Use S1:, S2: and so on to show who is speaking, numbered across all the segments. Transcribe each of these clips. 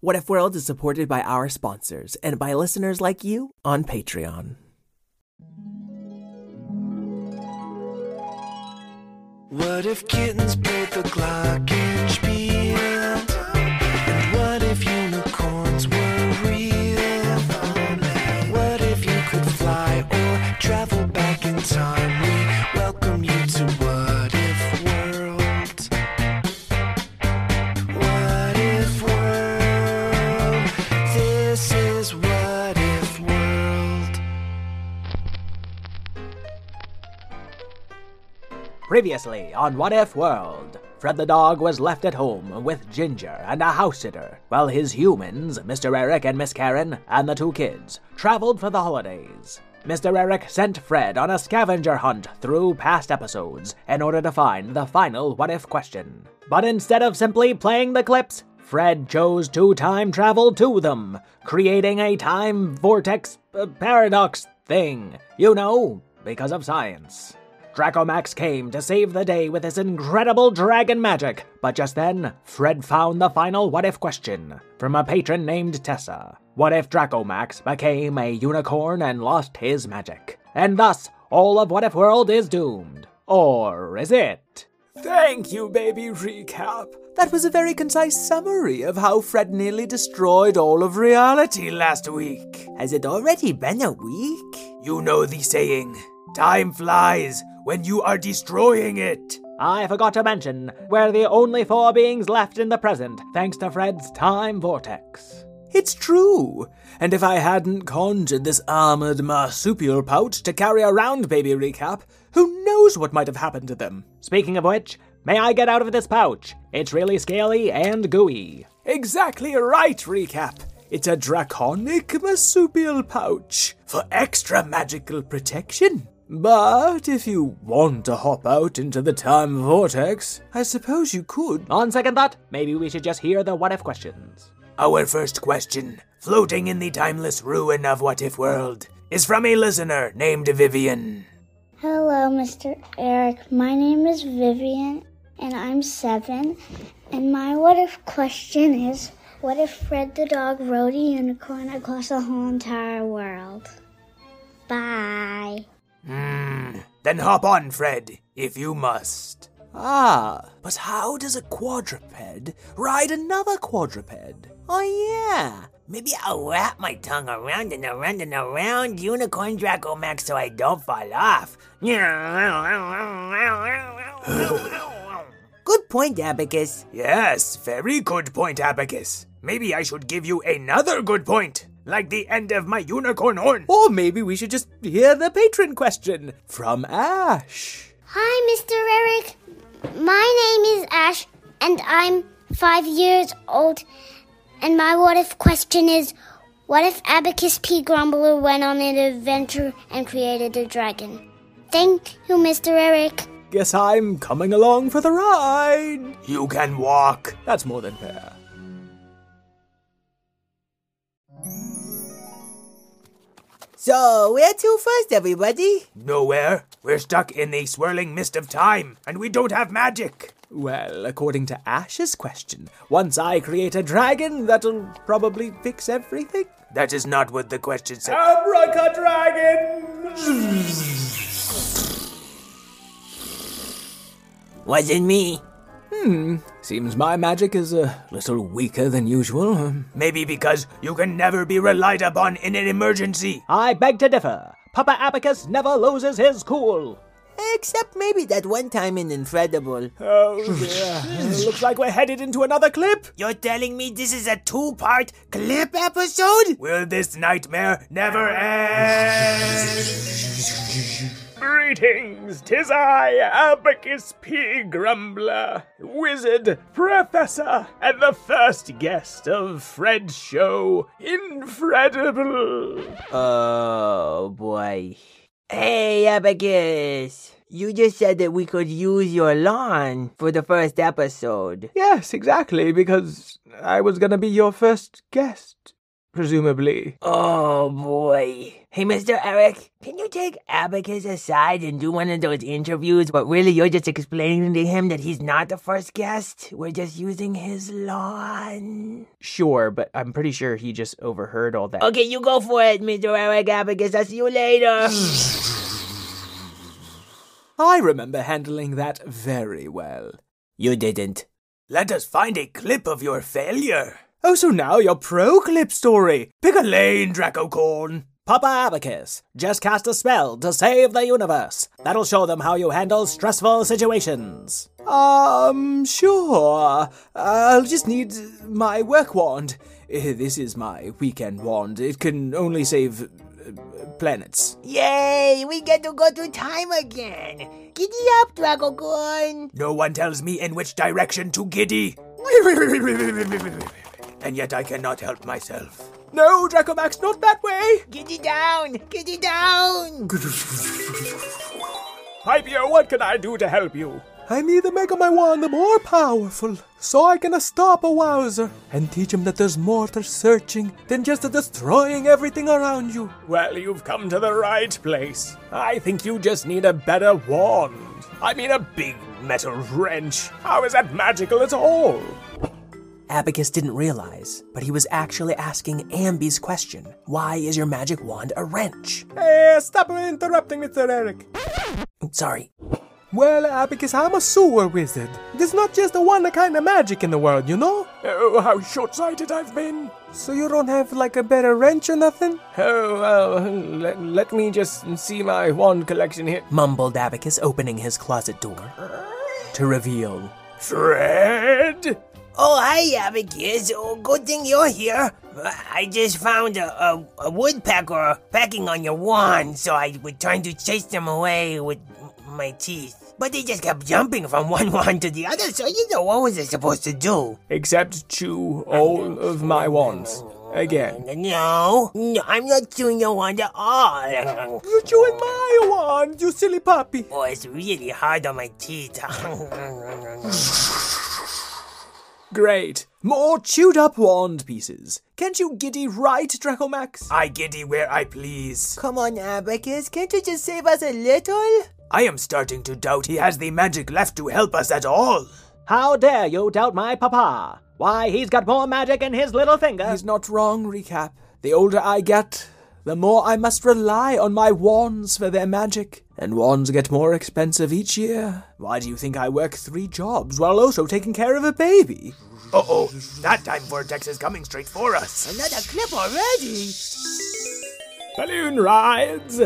S1: What If World is supported by our sponsors and by listeners like you on Patreon.
S2: What if kittens played the glockenspiel? And what if unicorns were real? What if you could fly or travel back in time? We welcome you to What If World. What if world? This is what if world.
S3: Previously on What If World, Fred the dog was left at home with Ginger and a house sitter, while his humans, Mr. Eric and Miss Karen, and the two kids, traveled for the holidays. Mr. Eric sent Fred on a scavenger hunt through past episodes in order to find the final What If question. But instead of simply playing the clips, Fred chose to time travel to them, creating a time vortex uh, paradox thing. You know, because of science. Dracomax came to save the day with his incredible dragon magic, but just then, Fred found the final what if question from a patron named Tessa. What if Dracomax became a unicorn and lost his magic? And thus, all of What If World is doomed. Or is it?
S1: Thank you, baby recap. That was a very concise summary of how Fred nearly destroyed all of reality last week. Has it already been a week?
S2: You know the saying, time flies when you are destroying it.
S3: I forgot to mention, we're the only four beings left in the present thanks to Fred's time vortex.
S1: It's true. And if I hadn't conjured this armored marsupial pouch to carry around baby recap, who knows what might have happened to them?
S3: Speaking of which, may I get out of this pouch? It's really scaly and gooey.
S1: Exactly right, Recap. It's a draconic marsupial pouch for extra magical protection. But if you want to hop out into the time vortex, I suppose you could.
S3: On second thought, maybe we should just hear the what if questions.
S2: Our first question, floating in the timeless ruin of What If World, is from a listener named Vivian.
S4: Hello, Mr. Eric. My name is Vivian, and I'm seven. And my what if question is what if Fred the dog rode a unicorn across the whole entire world? Bye.
S2: Hmm, Then hop on, Fred, if you must.
S1: Ah, but how does a quadruped ride another quadruped? Oh, yeah.
S2: Maybe I'll wrap my tongue around and around and around Unicorn Draco Max so I don't fall off.
S1: Good point, Abacus.
S2: yes, very good point, Abacus. Maybe I should give you another good point, like the end of my unicorn horn.
S1: Or maybe we should just hear the patron question from Ash.
S4: Hi, Mr. Eric. My name is Ash, and I'm five years old. And my what if question is what if Abacus P. Grumbler went on an adventure and created a dragon? Thank you, Mr. Eric.
S1: Guess I'm coming along for the ride.
S2: You can walk.
S1: That's more than fair.
S5: So, where to first, everybody?
S2: Nowhere. We're stuck in the swirling mist of time, and we don't have magic.
S1: Well, according to Ash's question, once I create a dragon, that'll probably fix everything.
S2: That is not what the question said.
S1: Abraca dragon!
S5: Wasn't me.
S1: Seems my magic is a little weaker than usual. Um,
S2: Maybe because you can never be relied upon in an emergency.
S3: I beg to differ. Papa Abacus never loses his cool.
S5: Except maybe that one time in Incredible.
S1: Looks like we're headed into another clip.
S5: You're telling me this is a two part clip episode?
S2: Will this nightmare never end?
S6: Greetings, tis I, Abacus P. Grumbler, wizard, professor, and the first guest of Fred's show, Infredible.
S5: Oh boy. Hey, Abacus. You just said that we could use your lawn for the first episode.
S6: Yes, exactly, because I was gonna be your first guest.
S1: presumably.
S5: Oh boy. Hey, Mr. Eric, can you take Abacus aside and do one of those interviews? But really, you're just explaining to him that he's not the first guest. We're just using his lawn.
S7: Sure, but I'm pretty sure he just overheard all that.
S5: Okay, you go for it, Mr. Eric Abacus. I'll see you later.
S1: I remember handling that very well.
S5: You didn't.
S3: Let us find a clip of your failure.
S1: Oh, so now your pro clip story. Pick a lane, Dracocorn.
S3: Papa Abacus, just cast a spell to save the universe. That'll show them how you handle stressful situations.
S1: Um, sure. I'll just need my work wand. Eh, This is my weekend wand. It can only save uh, planets.
S5: Yay, we get to go through time again. Giddy up, Dragocorn.
S3: No one tells me in which direction to giddy. And yet I cannot help myself.
S1: No, Dracomax, not that way!
S5: Giddy down, giddy down.
S6: Pipier, what can I do to help you?
S1: I need to make my wand more powerful, so I can stop a wowzer and teach him that there's more to searching than just destroying everything around you.
S6: Well, you've come to the right place. I think you just need a better wand. I mean, a big metal wrench. How is that magical at all?
S3: Abacus didn't realize, but he was actually asking Amby's question Why is your magic wand a wrench?
S1: Hey, stop interrupting, Mr. Eric.
S3: Oops, Sorry.
S1: Well, Abacus, I'm a sewer wizard. There's not just one kind of magic in the world, you know?
S6: Oh, how short sighted I've been.
S1: So you don't have like a better wrench or nothing?
S6: Oh, uh, let, let me just see my wand collection here.
S3: Mumbled Abacus, opening his closet door to reveal.
S6: Fred?
S5: Oh, hi, Abacus. Oh, good thing you're here. I just found a, a, a woodpecker pecking on your wand, so I was trying to chase them away with my teeth. But they just kept jumping from one wand to the other, so you know what was I supposed to do?
S6: Except chew all of my wands. Again.
S5: No, no, I'm not chewing your wand at all.
S1: You're chewing my wand, you silly puppy.
S5: Oh, it's really hard on my teeth.
S1: Great. More chewed up wand pieces. Can't you giddy right, Dracomax?
S3: I giddy where I please.
S5: Come on, Abacus, can't you just save us a little?
S3: I am starting to doubt he has the magic left to help us at all. How dare you doubt my papa? Why, he's got more magic in his little finger.
S1: He's not wrong, Recap. The older I get, the more I must rely on my wands for their magic. And wands get more expensive each year. Why do you think I work three jobs while also taking care of a baby?
S3: Uh oh, that time vortex is coming straight for us.
S5: Another clip already?
S6: Balloon rides!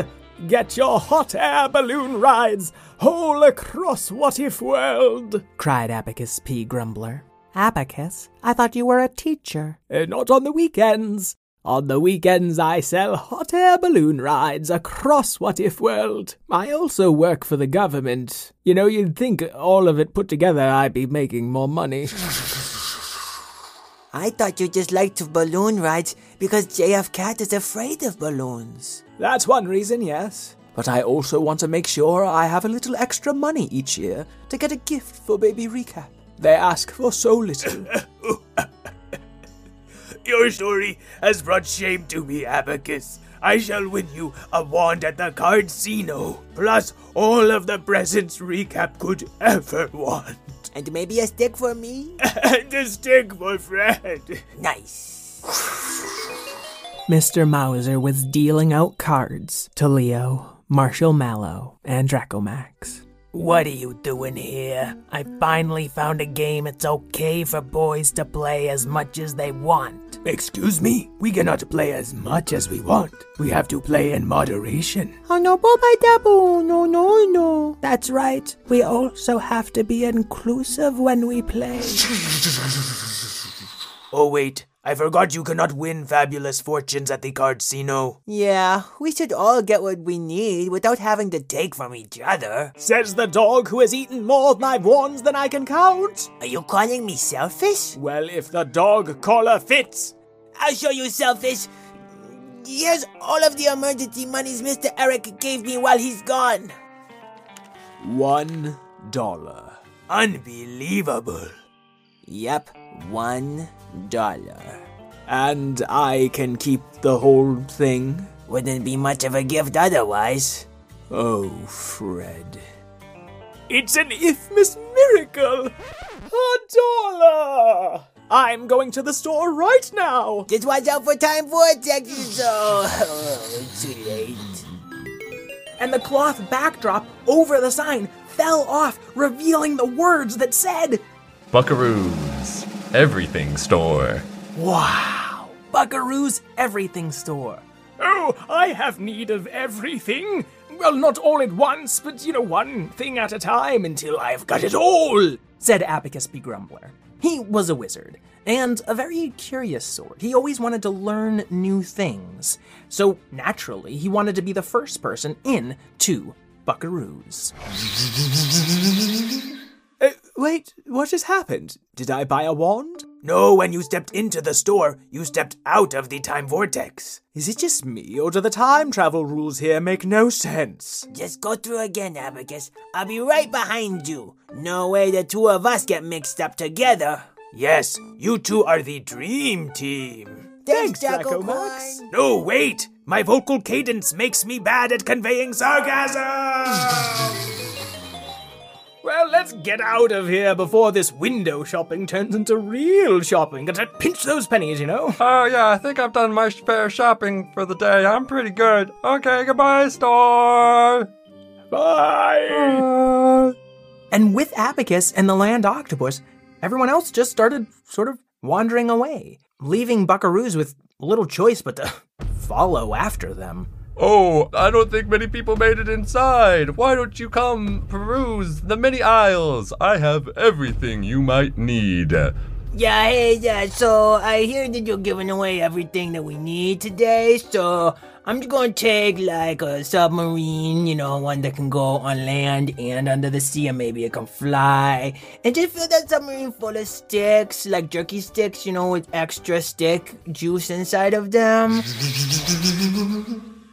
S6: Get your hot air balloon rides all across What If World!
S8: cried Abacus P. Grumbler. Abacus, I thought you were a teacher.
S1: Uh, not on the weekends. On the weekends, I sell hot air balloon rides across What If World. I also work for the government. You know, you'd think all of it put together, I'd be making more money.
S5: I thought you just liked balloon rides because JF Cat is afraid of balloons.
S1: That's one reason, yes. But I also want to make sure I have a little extra money each year to get a gift for Baby Recap. They ask for so little.
S3: Your story has brought shame to me, Abacus. I shall win you a wand at the casino, plus all of the presents Recap could ever want.
S5: And maybe a stick for me?
S3: And a stick for Fred.
S5: nice.
S8: Mr. Mauser was dealing out cards to Leo, Marshall Mallow, and Dracomax. What are you doing here? I finally found a game it's okay for boys to play as much as they want.
S3: Excuse me? We cannot play as much as we want. We have to play in moderation.
S8: Oh no, Popeye Dabu, no, no, no. That's right. We also have to be inclusive when we play.
S3: Oh, wait. I forgot you cannot win fabulous fortunes at the casino.
S5: Yeah, we should all get what we need without having to take from each other.
S1: Says the dog who has eaten more of my wands than I can count.
S5: Are you calling me selfish?
S6: Well, if the dog collar fits,
S5: I'll show you selfish. Here's all of the emergency monies Mr. Eric gave me while he's gone.
S1: One dollar.
S3: Unbelievable.
S5: Yep, one dollar.
S1: and I can keep the whole thing?
S5: Wouldn't be much of a gift otherwise.
S1: Oh, Fred. It's an infamous miracle! A dollar! I'm going to the store right now!
S5: Just watch out for time vortexes, though. Too late.
S3: and the cloth backdrop over the sign fell off, revealing the words that said,
S9: Buckaroo's Everything Store.
S3: Wow, Buckaroo's Everything Store.
S6: Oh, I have need of everything. Well, not all at once, but you know, one thing at a time until I've got it all.
S3: said Abacus B. Grumbler. He was a wizard, and a very curious sort. He always wanted to learn new things. So, naturally, he wanted to be the first person in to Buckaroos.
S1: Uh, wait, what has happened? Did I buy a wand?
S3: No, when you stepped into the store, you stepped out of the time vortex.
S1: Is it just me, or do the time travel rules here make no sense?
S5: Just go through again, Abacus. I'll be right behind you. No way the two of us get mixed up together.
S3: Yes, you two are the dream team.
S5: Thanks,
S1: Draco
S5: Jackal
S1: Max.
S5: Corn.
S3: No, wait! My vocal cadence makes me bad at conveying sarcasm!
S6: Well, let's get out of here before this window shopping turns into real shopping. Gotta pinch those pennies, you know?
S9: Oh, yeah, I think I've done my fair shopping for the day. I'm pretty good. Okay, goodbye, store!
S6: Bye!
S9: Uh,
S3: And with Abacus and the land octopus, everyone else just started sort of wandering away, leaving Buckaroos with little choice but to follow after them.
S9: oh, I don't think many people made it inside. Why don't you come peruse the many aisles? I have everything you might need.
S5: Yeah, hey, yeah. So I hear that you're giving away everything that we need today. So I'm just gonna take like a submarine, you know, one that can go on land and under the sea, and maybe it can fly. And just fill that submarine full of sticks, like jerky sticks, you know, with extra stick juice inside of them.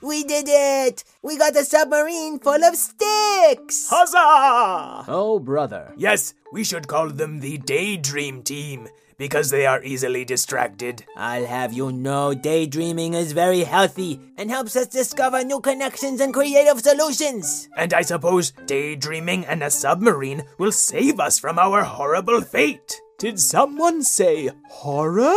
S5: we did it! We got a submarine full of sticks.
S1: Huzzah!
S3: Oh, brother.
S1: Yes, we should call them the Daydream Team, because they are easily distracted.
S5: I'll have you know daydreaming is very healthy and helps us discover new connections and creative solutions.
S1: And I suppose daydreaming and a submarine will save us from our horrible fate. Did someone say horror?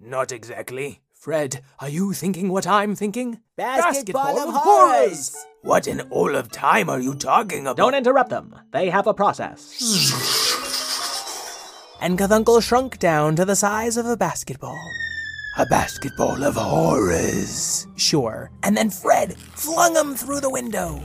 S1: Not exactly. Fred, are you thinking what I'm thinking?
S5: Basketball of horrors.
S1: What in all of time are you talking about?
S3: Don't interrupt them. They have a process. and Guthuncle shrunk down to the size of a basketball.
S1: a basketball of horrors.
S3: Sure. And then Fred flung him through the window.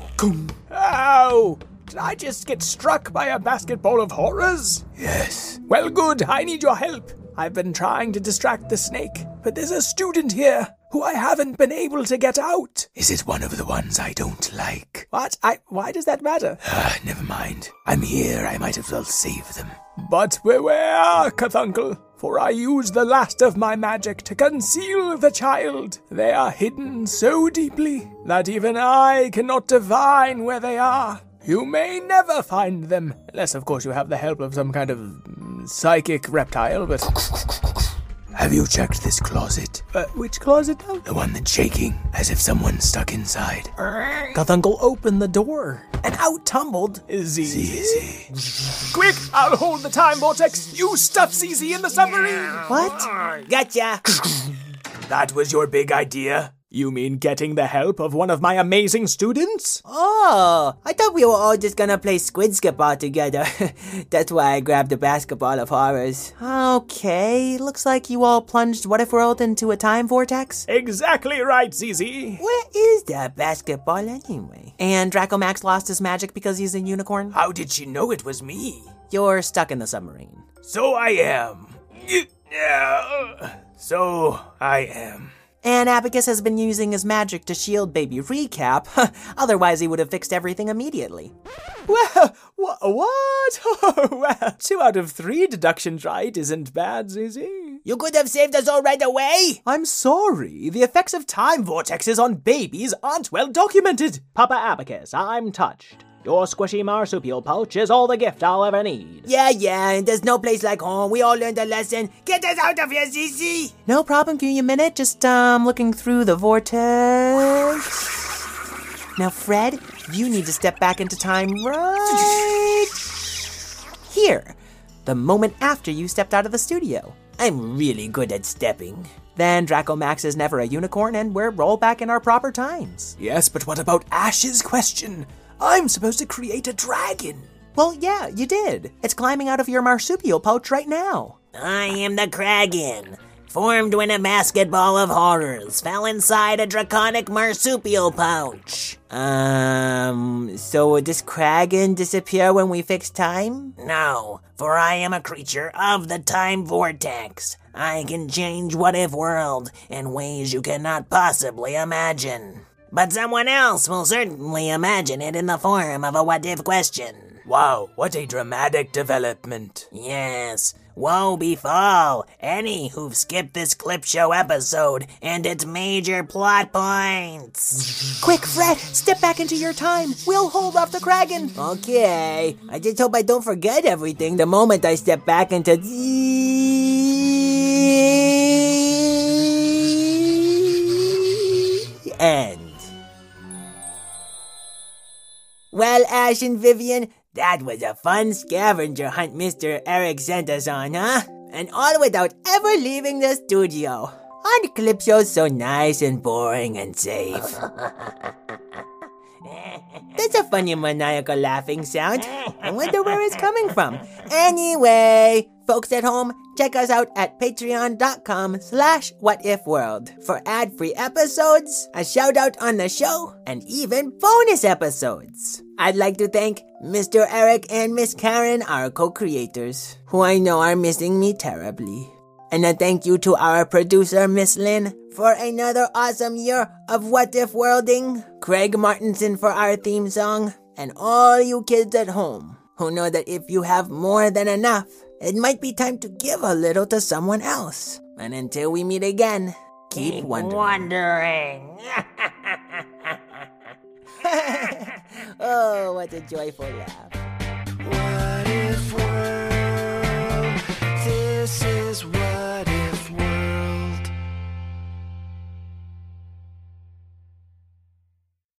S6: Ow! Did I just get struck by a basketball of horrors?
S1: Yes.
S6: Well, good, I need your help. I've been trying to distract the snake, but there's a student here who I haven't been able to get out.
S1: Is it one of the ones I don't like?
S6: What? I. Why does that matter?
S1: Ah, never mind. I'm here. I might as well save them.
S6: But beware, Kathunkel, for I use the last of my magic to conceal the child. They are hidden so deeply that even I cannot divine where they are. You may never find them, unless, of course, you have the help of some kind of mm, psychic reptile, but.
S1: Have you checked this closet?
S6: Uh, which closet now?
S1: The one that's shaking, as if someone's stuck inside.
S3: Guthuncle opened the door, and out tumbled
S6: Z.
S1: Easy.
S6: Quick! I'll hold the time vortex! You stuff ZZ in the submarine!
S3: What?
S5: Gotcha.
S1: That was your big idea? You mean getting the help of one of my amazing students?
S5: Oh, I thought we were all just gonna play squid skip all together. That's why I grabbed the basketball of horrors.
S8: Okay, looks like you all plunged What If World into a time vortex.
S6: Exactly right, ZZ!
S5: Where is that basketball anyway?
S8: And Draco Max lost his magic because he's a unicorn.
S1: How did she know it was me?
S5: You're stuck in the submarine.
S1: So I am. Yeah. So I am.
S8: And Abacus has been using his magic to shield baby recap, otherwise, he would have fixed everything immediately.
S1: Well, wha- what? well, two out of three deductions right isn't bad, Zizi.
S5: You could have saved us all right away.
S1: I'm sorry, the effects of time vortexes on babies aren't well documented.
S3: Papa Abacus, I'm touched. Your squishy marsupial pouch is all the gift I'll ever need.
S5: Yeah, yeah, and there's no place like home. We all learned a lesson. Get us out of here, Cece!
S8: No problem, give me a minute. Just um looking through the vortex. Now, Fred, you need to step back into time right here. The moment after you stepped out of the studio.
S5: I'm really good at stepping.
S8: Then Draco Max is never a unicorn and we're roll back in our proper times.
S1: Yes, but what about Ash's question? I'm supposed to create a dragon.
S8: Well, yeah, you did. It's climbing out of your marsupial pouch right now.
S5: I am the Kraken, formed when a basketball of horrors fell inside a draconic marsupial pouch.
S8: Um, so will this Kraken disappear when we fix time?
S5: No, for I am a creature of the time vortex. I can change what if world in ways you cannot possibly imagine. But someone else will certainly imagine it in the form of a what if question.
S1: Wow, what a dramatic development.
S5: Yes, woe befall any who've skipped this clip show episode and its major plot points.
S8: Quick, Fred, step back into your time. We'll hold off the Kraken.
S5: Okay, I just hope I don't forget everything the moment I step back into. The end. Well, Ash and Vivian, that was a fun scavenger hunt Mr. Eric sent us on, huh? And all without ever leaving the studio. Aren't clip shows so nice and boring and safe? That's a funny maniacal laughing sound. I wonder where it's coming from. Anyway, folks at home, check us out at patreon.com slash whatifworld for ad-free episodes, a shout-out on the show, and even bonus episodes. I'd like to thank Mr. Eric and Miss Karen, our co-creators, who I know are missing me terribly. And a thank you to our producer, Miss Lynn, for another awesome year of What If Worlding, Craig Martinson for our theme song, and all you kids at home who know that if you have more than enough, it might be time to give a little to someone else. And until we meet again, keep, keep wondering.
S10: wondering.
S5: oh, what a joyful laugh.